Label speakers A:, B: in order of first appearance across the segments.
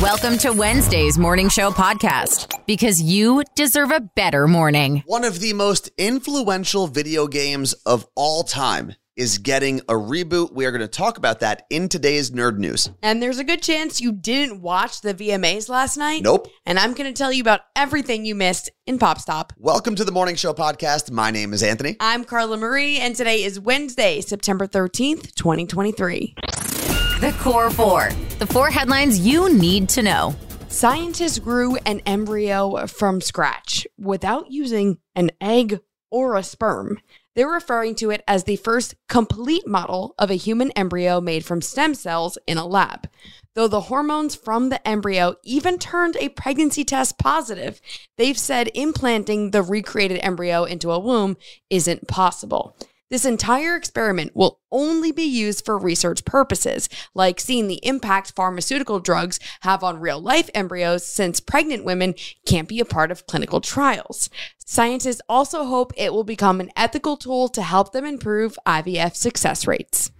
A: Welcome to Wednesday's Morning Show podcast because you deserve a better morning.
B: One of the most influential video games of all time is getting a reboot. We are going to talk about that in today's Nerd News.
C: And there's a good chance you didn't watch the VMAs last night.
B: Nope.
C: And I'm going to tell you about everything you missed in Pop Stop.
B: Welcome to the Morning Show podcast. My name is Anthony.
C: I'm Carla Marie, and today is Wednesday, September 13th, 2023.
A: The Core Four, the four headlines you need to know.
C: Scientists grew an embryo from scratch without using an egg or a sperm. They're referring to it as the first complete model of a human embryo made from stem cells in a lab. Though the hormones from the embryo even turned a pregnancy test positive, they've said implanting the recreated embryo into a womb isn't possible. This entire experiment will only be used for research purposes, like seeing the impact pharmaceutical drugs have on real life embryos, since pregnant women can't be a part of clinical trials. Scientists also hope it will become an ethical tool to help them improve IVF success rates.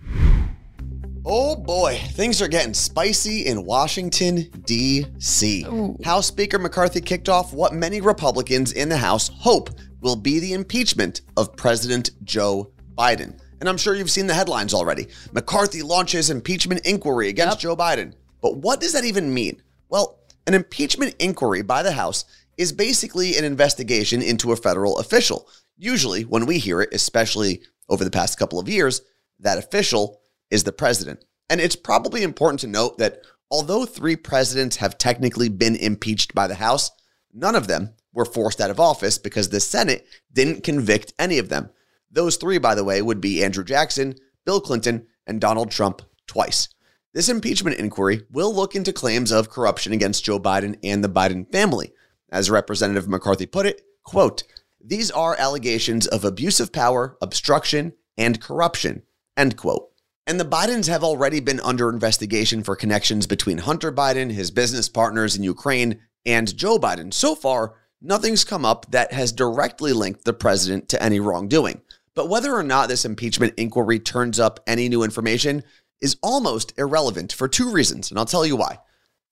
B: Oh boy, things are getting spicy in Washington, D.C. House Speaker McCarthy kicked off what many Republicans in the House hope will be the impeachment of President Joe Biden. And I'm sure you've seen the headlines already. McCarthy launches impeachment inquiry against Joe Biden. But what does that even mean? Well, an impeachment inquiry by the House is basically an investigation into a federal official. Usually, when we hear it, especially over the past couple of years, that official is the president. And it's probably important to note that although three presidents have technically been impeached by the House, none of them were forced out of office because the Senate didn't convict any of them. Those three, by the way, would be Andrew Jackson, Bill Clinton, and Donald Trump twice. This impeachment inquiry will look into claims of corruption against Joe Biden and the Biden family. As Representative McCarthy put it, quote, these are allegations of abuse of power, obstruction, and corruption, end quote. And the Bidens have already been under investigation for connections between Hunter Biden, his business partners in Ukraine, and Joe Biden. So far, nothing's come up that has directly linked the president to any wrongdoing. But whether or not this impeachment inquiry turns up any new information is almost irrelevant for two reasons, and I'll tell you why.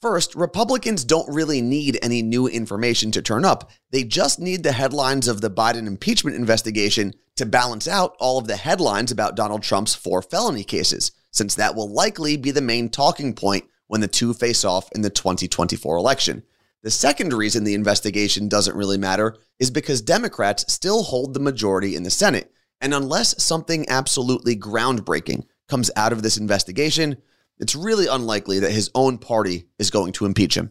B: First, Republicans don't really need any new information to turn up. They just need the headlines of the Biden impeachment investigation to balance out all of the headlines about Donald Trump's four felony cases, since that will likely be the main talking point when the two face off in the 2024 election. The second reason the investigation doesn't really matter is because Democrats still hold the majority in the Senate. And unless something absolutely groundbreaking comes out of this investigation, it's really unlikely that his own party is going to impeach him.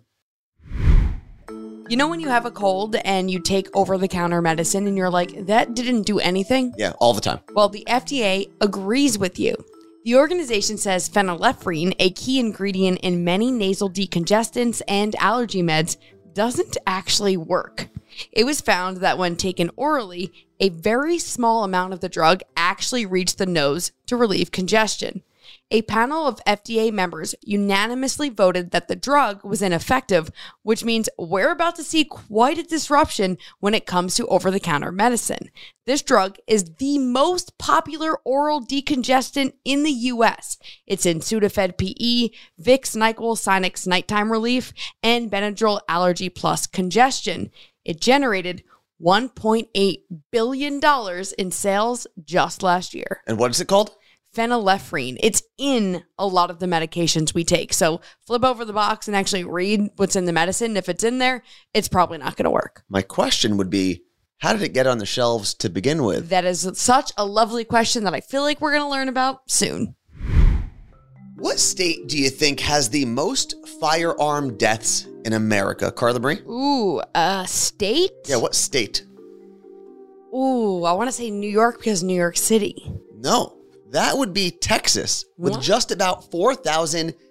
C: You know, when you have a cold and you take over the counter medicine and you're like, that didn't do anything?
B: Yeah, all the time.
C: Well, the FDA agrees with you. The organization says phenylephrine, a key ingredient in many nasal decongestants and allergy meds, doesn't actually work. It was found that when taken orally, a very small amount of the drug actually reached the nose to relieve congestion. A panel of FDA members unanimously voted that the drug was ineffective, which means we're about to see quite a disruption when it comes to over the counter medicine. This drug is the most popular oral decongestant in the US. It's in Sudafed PE, Vicks NyQuil Sinex Nighttime Relief, and Benadryl Allergy Plus Congestion. It generated $1.8 billion in sales just last year
B: And what is it called?
C: phenylephrine. It's in a lot of the medications we take. So flip over the box and actually read what's in the medicine. If it's in there, it's probably not going to work.
B: My question would be how did it get on the shelves to begin with?
C: That is such a lovely question that I feel like we're going to learn about soon.
B: What state do you think has the most firearm deaths in America, Carla Marie?
C: Ooh, uh, state?
B: Yeah, what state?
C: Ooh, I want to say New York because New York City.
B: No, that would be Texas with
C: What?
B: just about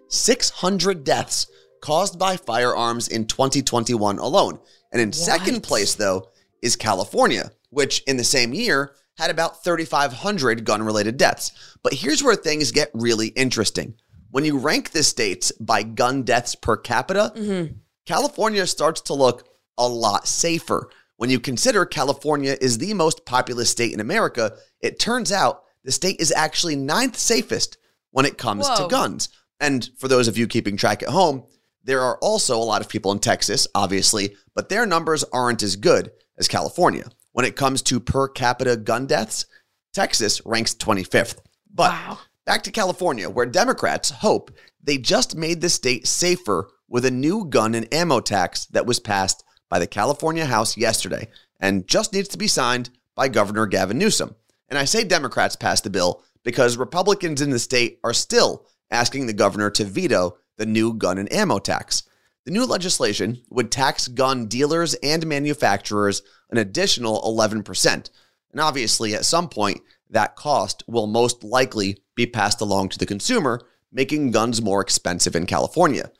B: 4,600 deaths caused by firearms in 2021 alone. And in second
C: What?
B: place, though, is California, which in the same year had about 3,500 gun related deaths. But here's where things get really interesting. When you rank the states by gun deaths per capita,
C: Mm-hmm.
B: California starts to look a lot safer. When you consider California is the most populous state in America, it turns out the state is actually ninth safest when it comes
C: Whoa.
B: to guns. And for those of you keeping track at home, There are also a lot of people in Texas, obviously, but their numbers aren't as good as California. When it comes to per capita gun deaths, Texas ranks 25th. But
C: Wow.
B: back to California, where Democrats hope they just made the state safer with a new gun and ammo tax that was passed by the California House yesterday and just needs to be signed by Governor Gavin Newsom. And I say Democrats passed the bill because Republicans in the state are still asking the governor to veto the new gun and ammo tax. The new legislation would tax gun dealers and manufacturers an additional 11%. And obviously, at some point, that cost will most likely be passed along to the consumer, making guns more expensive in California.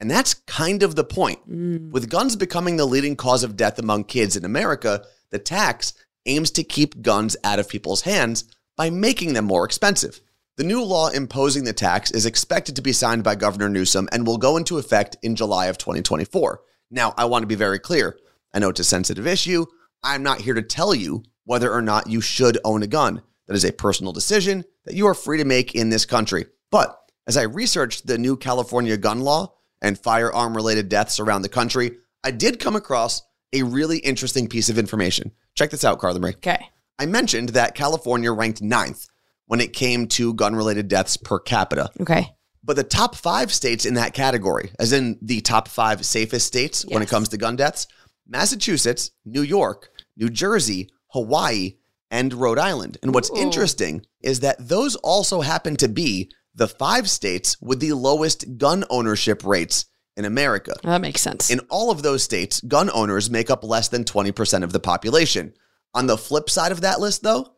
B: And that's kind of the point. With guns becoming the leading cause of death among kids in America, the tax aims to keep guns out of people's hands by making them more expensive. The new law imposing the tax is expected to be signed by Governor Newsom and will go into effect in July of 2024. Now, I want to be very clear. I know it's a sensitive issue. I'm not here to tell you whether or not you should own a gun. That is a personal decision that you are free to make in this country. But as I researched the new California gun law and firearm related deaths around the country, I did come across a really interesting piece of information. Check this out, Carla Marie.
C: Okay.
B: I mentioned that California ranked ninth when it came to gun related deaths per capita.
C: Okay.
B: But the top five states in that category, as in the top five safest states when it
C: Yes.
B: comes to gun deaths, Massachusetts, New York, New Jersey, Hawaii, and Rhode Island. And what's
C: Ooh.
B: interesting is that those also happen to be the five states with the lowest gun ownership rates in America.
C: That makes sense.
B: In all of those states, gun owners make up less than 20% of the population. On the flip side of that list, though,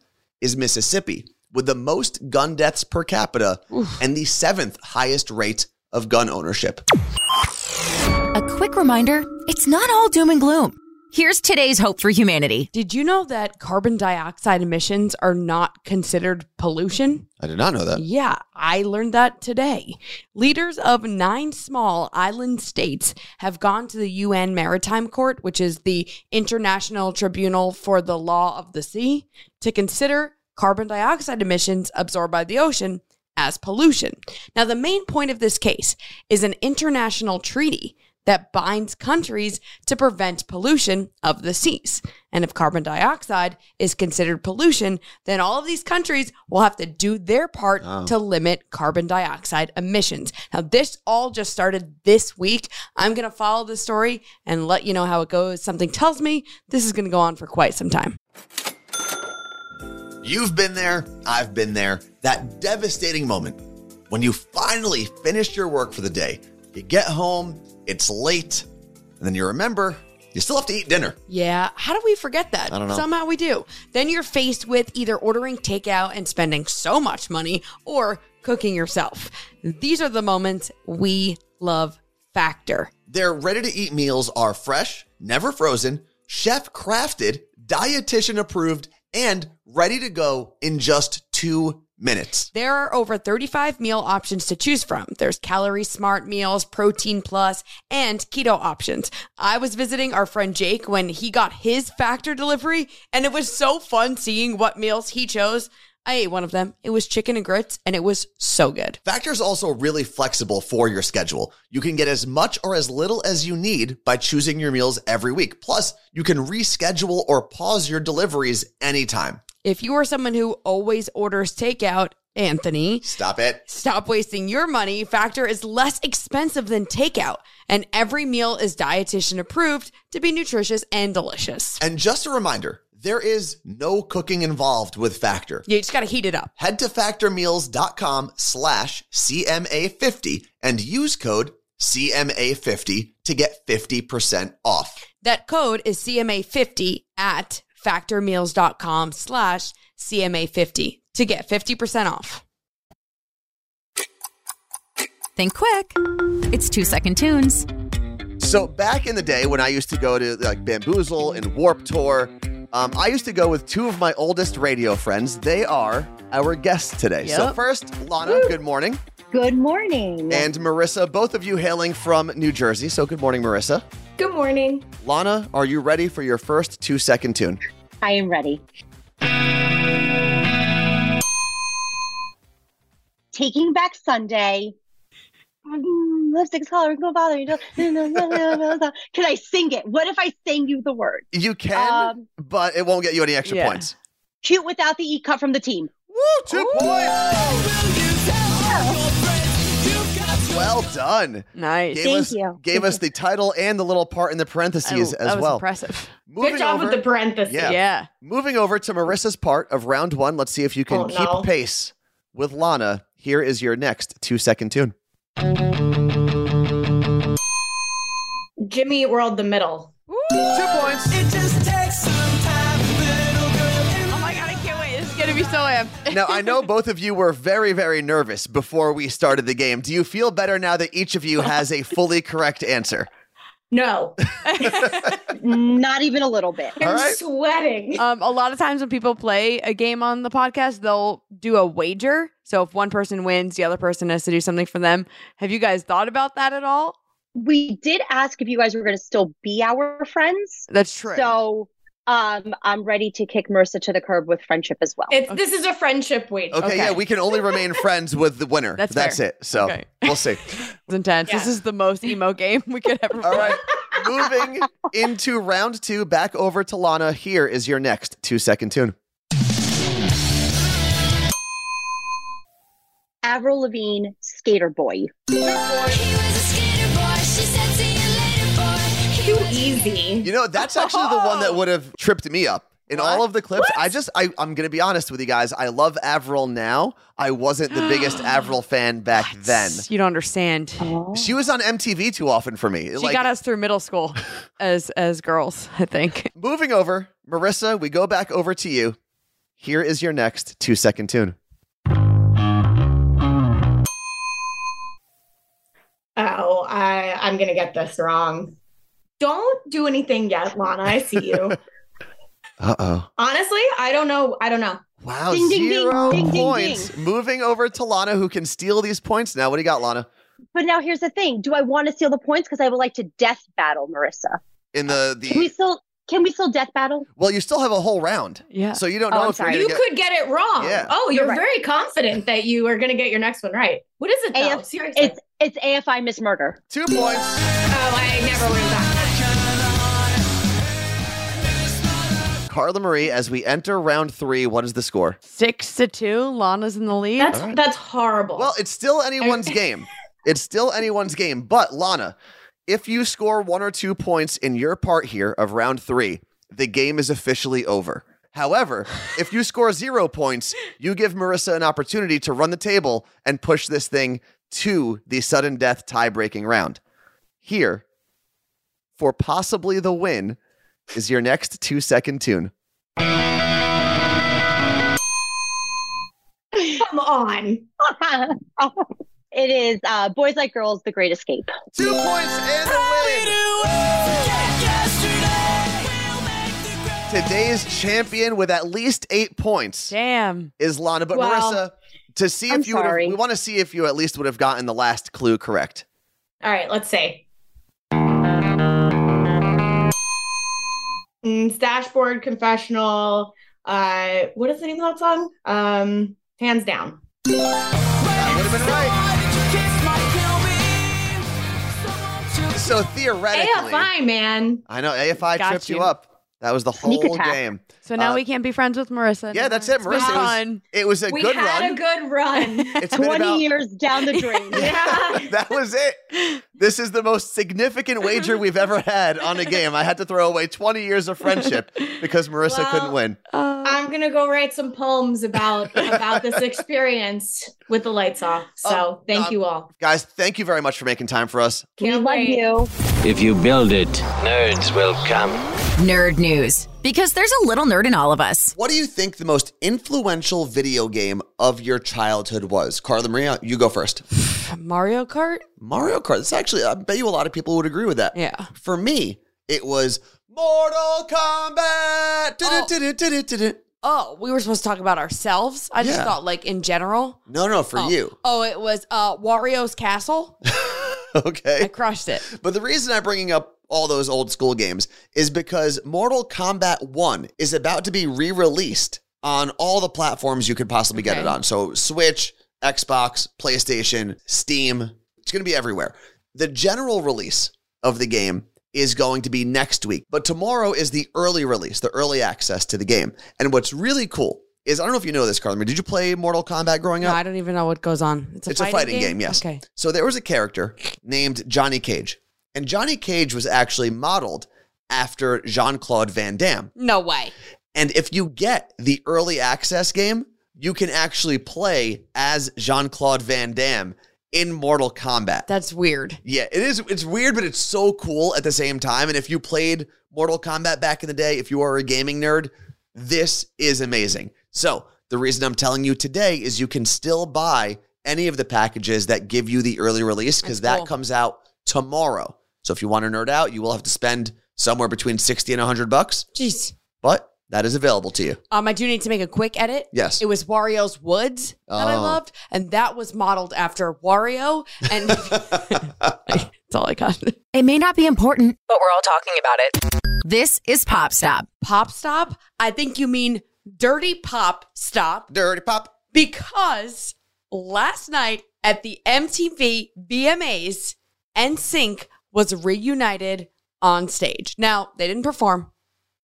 B: is Mississippi, with the most gun deaths per capita and the seventh highest rate of gun ownership.
A: A quick reminder it's not all doom and gloom. Here's today's hope for humanity.
C: Did you know that carbon dioxide emissions are not considered pollution?
B: I did not know that.
C: Yeah, I learned that today. Leaders of nine small island states have gone to the UN Maritime Court, which is the International Tribunal for the Law of the Sea, to consider carbon dioxide emissions absorbed by the ocean as pollution. Now, the main point of this case is an international treaty that binds countries to prevent pollution of the seas. And if carbon dioxide is considered pollution, then all of these countries will have to do their part to limit carbon dioxide emissions. Now, this all just started this week. I'm going to follow the story and let you know how it goes. Something tells me this is going to go on for quite some time.
B: You've been there, I've been there. That devastating moment when you finally finish your work for the day, you get home, it's late, and then you remember you still have to eat dinner.
C: Yeah, how do we forget that?
B: I don't know.
C: Somehow we do. Then you're faced with either ordering takeout and spending so much money or cooking yourself. These are the moments we love Factor.
B: Their ready to eat meals are fresh, never frozen, chef crafted, dietitian approved, and ready to go in just two minutes.
C: There are over 35 meal options to choose from. There's calorie smart meals, protein plus, and keto options. I was visiting our friend Jake when he got his factor delivery, and it was so fun seeing what meals he chose. I ate one of them. It was chicken and grits, and it was so good.
B: Factor is also really flexible for your schedule. You can get as much or as little as you need by choosing your meals every week. Plus, you can reschedule or pause your deliveries anytime.
C: If you are someone who always orders takeout, Anthony,
B: Stop it.
C: Stop wasting your money. Factor is less expensive than takeout, and every meal is dietitian approved to be nutritious and delicious.
B: And just a reminder there is no cooking involved with Factor.
C: You just got to heat it up.
B: Head to factormeals.com slash CMA50 and use code CMA50 to get 50% off.
C: That code is CMA50 at factormeals.com slash CMA50 to get 50% off.
A: Think quick. It's two second tunes.
B: So back in the day when I used to go to like Bamboozle and Warp Tour, um, I used to go with two of my oldest radio friends. They are our guests today. So
C: Yep.
B: first, Lana, good morning.
D: Good morning.
B: And Marissa, both of you hailing from New Jersey. So good morning, Marissa.
D: Good morning.
B: Lana, are you ready for your first two second tune?
D: I am ready. Taking Back Sunday. mm, lipstick's coloring, don't bother you. Don't, no, no, no, no, no, no. Can I sing it? What if I sing you the word?
B: You can,
D: Um,
B: but it won't get you any extra
E: Yeah.
B: points.
D: cute without the E cut from the team.
B: Woo, two points. Well done.
E: Nice.
B: Gave
D: Thank
B: us
D: you.
B: gave us the title and the little part in the parentheses
E: Oh,
B: as
E: that was
B: well.
E: impressive.
B: Moving
F: Good job
B: over,
F: with the parentheses.
B: Yeah.
E: Yeah.
B: moving over to Marissa's part of round one. Let's see if you can
F: Oh,
B: keep
F: no.
B: pace with Lana. Here is your next two second tune.
F: Jimmy Eat World, the middle.
B: Two points.
E: Oh my god, I can't wait. This is gonna be so epic.
B: now I know both of you were very, very nervous before we started the game. Do you feel better now that each of you has a fully correct answer?
F: No,
D: Not even a little bit.
F: I'm
B: right. Oh,
F: sweating.
E: Um, a lot of times when people play a game on the podcast, they'll do a wager. So if one person wins, the other person has to do something for them. Have you guys thought about that at all?
D: We did ask if you guys were going to still be our friends.
E: That's true.
D: So um, I'm ready to kick Marissa to the curb with friendship as well.
F: It's, This is a friendship week.
B: Okay,
E: Okay.
B: yeah, we can only remain friends with the winner.
E: That's fair.
B: it. So
E: Okay.
B: we'll see.
E: it's intense. This
F: Yeah.
E: is the most emo game we could ever play.
B: All right. Moving into round two, back over to Lana. Here is your next two second tune.
D: Avril Lavigne, Skater Boy.
F: Too easy.
B: You know, that's actually the one that would have tripped me up. In all of the clips, I just I, I'm gonna be honest with you guys. I love Avril now. I wasn't the biggest Avril fan back then.
E: You don't understand.
B: She was on MTV too often for me.
E: She
B: like,
E: got us through middle school as as girls, I think.
B: Moving over, Marissa, we go back over to you. Here is your next two second tune.
F: Oh, I, I'm going to get this wrong. Don't do anything yet, Lana. I see you.
B: Uh oh.
F: Honestly, I don't know. I don't know.
B: Wow,
D: Ding, ding, ding,
B: zero
D: ding, ding, ding.
B: points. Moving over to Lana, who can steal these points now. What do you got, Lana?
D: But now here's the thing: Do I want to steal the points? Because I would like to death battle Marissa.
B: In the
D: Can we
B: the
D: still? Can we still death battle?
B: well, you still have a whole round,
E: Yeah.
B: so you don't
D: Oh,
B: know
D: I'm
B: if you're
D: sorry.
B: gonna
F: You
B: get.
F: could get it wrong.
B: Yeah.
F: Oh, you're
D: You're right.
F: very confident that you are going to get your next one right. What is it though?
D: AF
F: Seriously.
D: It's it's AFI Miss Murder.
B: Two points.
F: oh, I never would have gotten
B: Carla Marie, as we enter round three, what is the score?
E: Six to two. Lana's in the lead.
F: that. That's
B: All right.
F: that's horrible.
B: Well, it's still anyone's game. It's still anyone's game. But Lana, if you score one or two points in your part here of round three, the game is officially over. However, if you score zero points, you give Marissa an opportunity to run the table and push this thing to the sudden death tie breaking round. Here, for possibly the win, is your next two second tune.
F: Come on.
D: it is uh, Boys Like Girls, The Great Escape.
B: Two points and a win. Today's champion with at least eight points
E: Damn.
B: is Lana. But
F: Wow.
B: Marissa, to see if
D: I'm
B: you would have,
D: sorry.
B: we want to see if you at least would have gotten the last clue correct.
F: All right, let's see. Mm, it's dashboard confessional. Uh, what is the name of that song? Um, hands down.
B: That would have been right. So theoretically,
F: AFI man.
B: I know AFI
E: Got
B: tripped you.
E: you.
B: up. That was the
D: Sneak
B: whole
D: attack.
B: game.
E: So now
B: Uh,
E: we can't be friends with Marissa.
B: Yeah, that's it,
E: It's been
B: Marissa. It was-
E: Fun.
B: It was a
F: we
B: good
F: had
B: run.
F: a good run.
B: It's been
D: 20
B: about-
D: years down the drain.
F: yeah.
B: that was it. This is the most significant wager we've ever had on a game. I had to throw away 20 years of friendship because Marissa
F: Well,
B: couldn't win.
E: Uh,
F: I'm gonna go write some poems about about this experience with the lights off. So
B: Oh,
F: thank
B: um,
F: you all.
B: Guys, thank you very much for making time for us.
D: we
F: Can't
D: love
F: wait.
D: you.
G: If you build it, nerds will come.
A: Nerd news. Because there's a little nerd in all of us.
B: What do you think the most influential video game of your childhood was? Carla Maria, you go first.
E: Mario Kart?
B: Mario Kart. This actually, I bet you a lot of people would agree with that.
E: Yeah.
B: For me, it was Mortal Kombat. Du-du-du-du-du-du-du.
E: Oh, we were supposed to talk about ourselves. I just
B: Yeah.
E: thought like in general.
B: No, no, for
E: oh.
B: you.
E: Oh, it was uh Wario's Castle. I
B: Okay.
E: crushed it.
B: But the reason I'm bringing up all those old school games is because Mortal Kombat 1 is about to be re released on all the platforms you could possibly get
E: Okay.
B: it on. So, Switch, Xbox, PlayStation, Steam. It's going to be everywhere. The general release of the game is going to be next week, but tomorrow is the early release, the early access to the game. And what's really cool is I don't know if you know this, Carla. Marie, Did you play Mortal Kombat growing
C: No,
B: up?
C: I don't even know what goes on. It's a,
B: It's a
C: fighting,
B: fighting game, yes.
C: Okay.
B: So there was a character named Johnny Cage, and Johnny Cage was actually modeled after Jean Claude Van Damme.
C: No way.
B: And if you get the early access game, you can actually play as Jean Claude Van Damme in Mortal Kombat.
C: That's weird.
B: yeah, it is. It's weird, but it's so cool at the same time. And if you played Mortal Kombat back in the day, if you are a gaming nerd, this is amazing. So the reason I'm telling you today is you can still buy any of the packages that give you the early release because
C: That's
B: that
C: cool.
B: comes out tomorrow. So if you want to nerd out, you will have to spend somewhere between sixty and hundred bucks,
C: Jeez.
B: but that is available to you.
C: Um, I do need to make a quick edit.
B: Yes.
C: It was Wario's Woods that I
B: Oh.
C: loved, and that was modeled after Wario. And that's all I got.
A: It may not be important, but we're all talking about it. This is Pop Stop.
C: Pop Stop? I think you mean Dirty Pop Stop
B: Dirty pop.
C: because last night at the MTV VMAs, NSYNC was reunited on stage. Now, they didn't perform,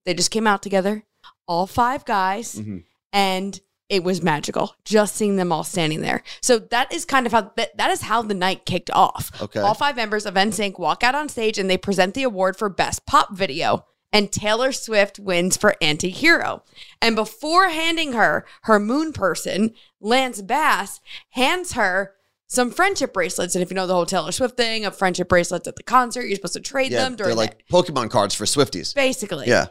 C: they just came out together, all five guys,
B: Mhm.
C: and it was magical just seeing them all standing there. So that is kind of how that, that is how the night kicked off.
B: Okay.
C: All five members of NSYNC walk out on stage and they present the award for Best Pop Video. And Taylor Swift wins for Anti Hero. And before handing her her moon person, Lance Bass hands her some friendship bracelets. And if you know the whole Taylor Swift thing of friendship bracelets at the concert, you're supposed to trade
B: Yeah,
C: them
B: they're
C: during
B: like
C: the,
B: Pokemon cards for Swifties.
C: basically
B: Yeah.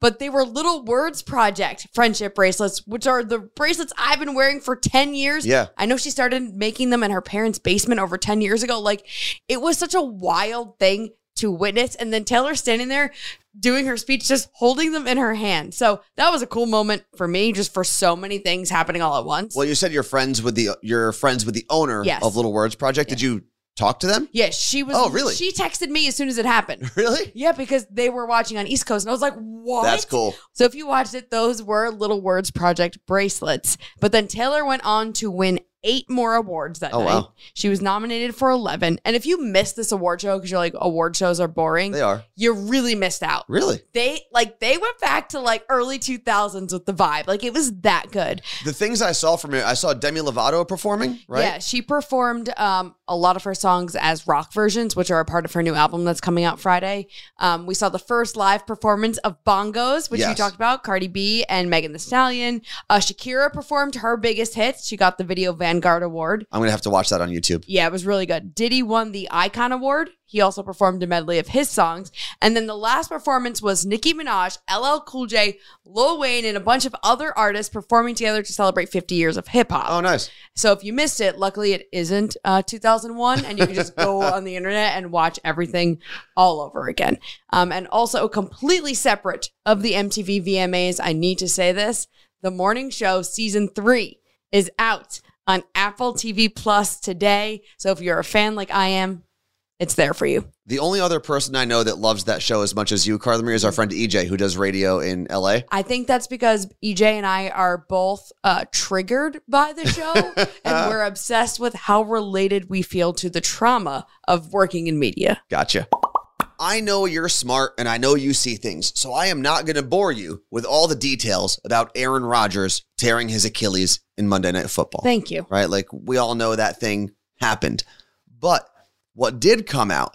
C: but they were Little Words Project friendship bracelets, which are the bracelets I've been wearing for 10 years.
B: Yeah.
C: I know she started making them in her parents' basement over 10 years ago. Like, it was such a wild thing to witness. And then Taylor standing there doing her speech, just holding them in her hand. So that was a cool moment for me, just for so many things happening all at once.
B: Well, you said you're friends with the you're friends with the owner
C: Yes.
B: of Little Words Project. Did you talk to them?
C: yeah, she was.
B: Oh, really?
C: She texted me as soon as it happened.
B: Really?
C: Yeah, because they were watching on East Coast, and I was like, "What?"
B: That's cool.
C: So if you watched it, those were Little Words Project bracelets. But then Taylor went on to win eight more awards that
B: Oh,
C: night.
B: wow.
C: She was nominated for 11. And if you missed this award show because you're like, award shows are boring,
B: They are.
C: you really missed out.
B: Really?
C: They like they went back to like early 2000s with the vibe. Like it was that good.
B: The things I saw from it, I saw Demi Lovato performing, right?
C: Yeah, she performed um, a lot of her songs as rock versions, which are a part of her new album that's coming out Friday. Um, we saw the first live performance of Bongos, which you
B: Yes.
C: talked about, Cardi B and Megan The Stallion. Uh, Shakira performed her biggest hits. She got the Video Vanguard Award.
B: I'm gonna have to watch that on YouTube.
C: Yeah, it was really good. Diddy won the Icon Award. He also performed a medley of his songs. And then the last performance was Nicki Minaj, LL Cool J, Lil Wayne, and a bunch of other artists performing together to celebrate 50 years of hip hop.
B: Oh, nice.
C: So if you missed it, luckily it isn't uh, 2001, and you can just go on the internet and watch everything all over again. Um, and also, completely separate of the MTV VMAs, I need to say this: the morning show season three is out on Apple TV Plus today. So if you're a fan like I am, it's there for you.
B: The only other person I know that loves that show as much as you, Carla Marie, is our friend EJ, who does radio in LA.
C: I think that's because EJ and I are both uh, triggered by the show, and we're obsessed with how related we feel to the trauma of working in media.
B: Gotcha. I know you're smart and I know you see things, so I am not going to bore you with all the details about Aaron Rodgers tearing his Achilles in Monday Night Football.
C: Thank you.
B: right? Like we all know that thing happened. But what did come out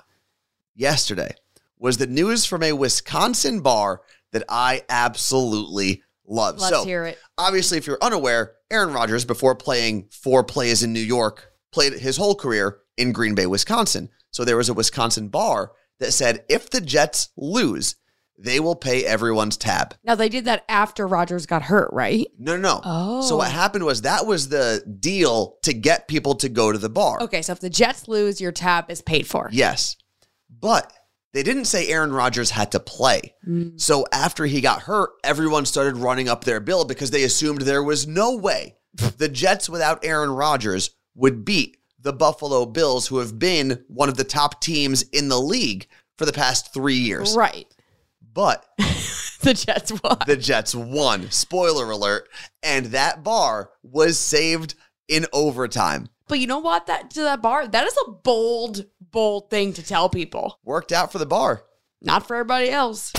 B: yesterday was the news from a Wisconsin bar that I absolutely love.
C: Let's
B: so,
C: hear it.
B: obviously, if you're unaware, Aaron Rodgers, before playing four plays in New York, played his whole career in Green Bay, Wisconsin. So there was a Wisconsin bar that said if the Jets lose, they will pay everyone's tab.
C: Now they did that after Rogers got hurt, right?
B: No, no, no.
C: Oh.
B: So what happened was that was the deal to get people to go to the bar.
C: Okay, so if the Jets lose, your tab is paid for.
B: Yes. But they didn't say Aaron Rodgers had to play. So after he got hurt, everyone started running up their bill because they assumed there was no way the Jets without Aaron Rodgers would beat the Buffalo Bills, who have been one of the top teams in the league for the past three years.
C: Right.
B: But
C: The Jets won.
B: the Jets won. Spoiler alert. And that bar was saved in overtime
C: But you know what? That to that bar, that is a bold, bold thing to tell people.
B: Worked out for the bar.
C: Not for everybody else.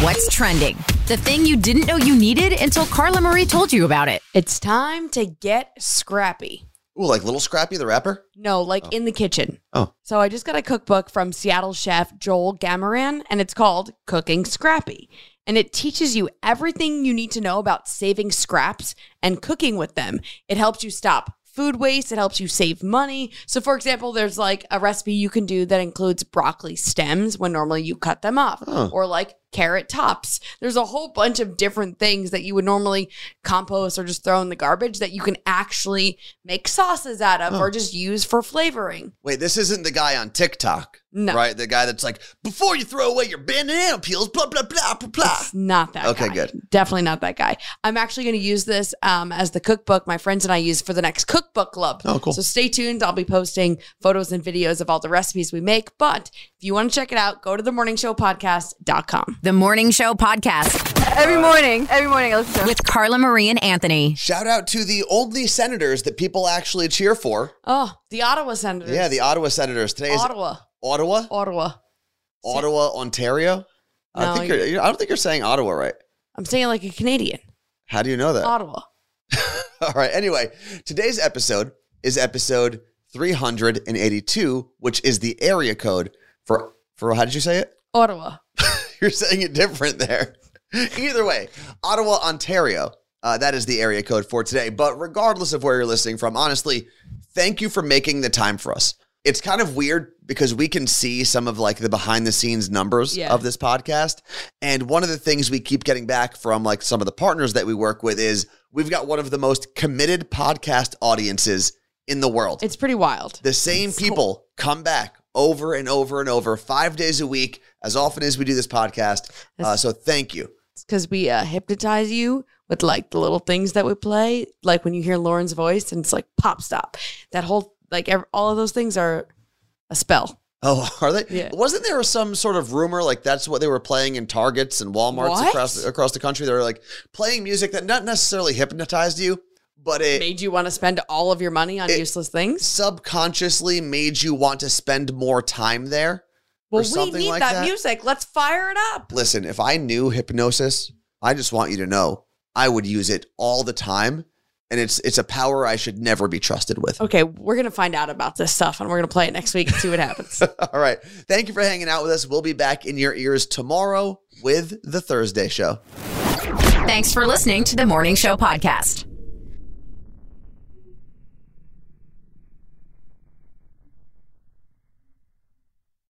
A: What's trending? The thing you didn't know you needed until Carla Marie told you about it.
C: It's time to get scrappy.
B: Ooh, like Little Scrappy the rapper?
C: No, like in the kitchen.
B: Oh.
C: So I just got a cookbook from Seattle chef Joel Gamaran, and it's called Cooking Scrappy. And it teaches you everything you need to know about saving scraps and cooking with them. It helps you stop food waste, it helps you save money. So, for example, there's like a recipe you can do that includes broccoli stems when normally you cut them off,
B: Huh.
C: or like carrot tops. There's a whole bunch of different things that you would normally compost or just throw in the garbage that you can actually make sauces out of or just use for flavoring.
B: Wait, this isn't the guy on TikTok.
C: No.
B: Right? The guy that's like, before you throw away your banana peels, blah, blah, blah, blah, blah.
C: It's not that
B: Okay,
C: guy.
B: good.
C: Definitely not that guy. I'm actually going to use this um, as the cookbook my friends and I use for the next cookbook club.
B: Oh, cool.
C: So stay tuned. I'll be posting photos and videos of all the recipes we make. But if you want to check it out, go to themorningshowpodcast.com.
A: The Morning Show Podcast
E: Every morning, every morning I listen to it.
A: with Carla Marie and Anthony.
B: Shout out to the only senators that people actually cheer for.
C: Oh, the Ottawa Senators.
B: Yeah, the Ottawa senators. Today is
C: Ottawa.
B: Ottawa,
C: Ottawa.
B: Ottawa, Ontario.
C: No,
B: I think you're, I don't think you're saying Ottawa right.
C: I'm saying like a Canadian.
B: How do you know that?
C: Ottawa.
B: All right. Anyway, today's episode is episode 382, which is the area code for for how did you say it?
C: Ottawa.
B: You're saying it different there. Either way, Ottawa, Ontario. Uh, that is the area code for today. But regardless of where you're listening from, honestly, thank you for making the time for us. It's kind of weird because we can see some of like the behind the scenes numbers
C: Yeah.
B: of this podcast. And one of the things we keep getting back from like some of the partners that we work with is we've got one of the most committed podcast audiences in the world.
C: It's pretty wild.
B: The same people come back over and over and over, five days a week, as often as we do this podcast. Uh, so thank you.
C: It's because we uh, hypnotize you with like the little things that we play. Like when you hear Lauren's voice and it's like pop stop. That whole like ev- all of those things are a spell.
B: Oh, are they?
C: Yeah.
B: Wasn't there some sort of rumor like that's what they were playing in Targets and Walmarts
C: What?
B: across across the country? They were like playing music that not necessarily hypnotized you, but it
C: Made you want to spend all of your money on
B: It-
C: useless things.
B: subconsciously made you want to spend more time there.
C: Well, we
B: something
C: need
B: like
C: that,
B: that?
C: music. Let's fire it up.
B: Listen, if I knew hypnosis, I just want you to know I would use it all the time, and it's it's a power I should never be trusted with.
C: Okay, we're gonna find out about this stuff and we're gonna play it next week and see what happens.
B: All right. Thank you for hanging out with us. We'll be back in your ears tomorrow with the Thursday show.
A: Thanks for listening to the Morning Show Podcast.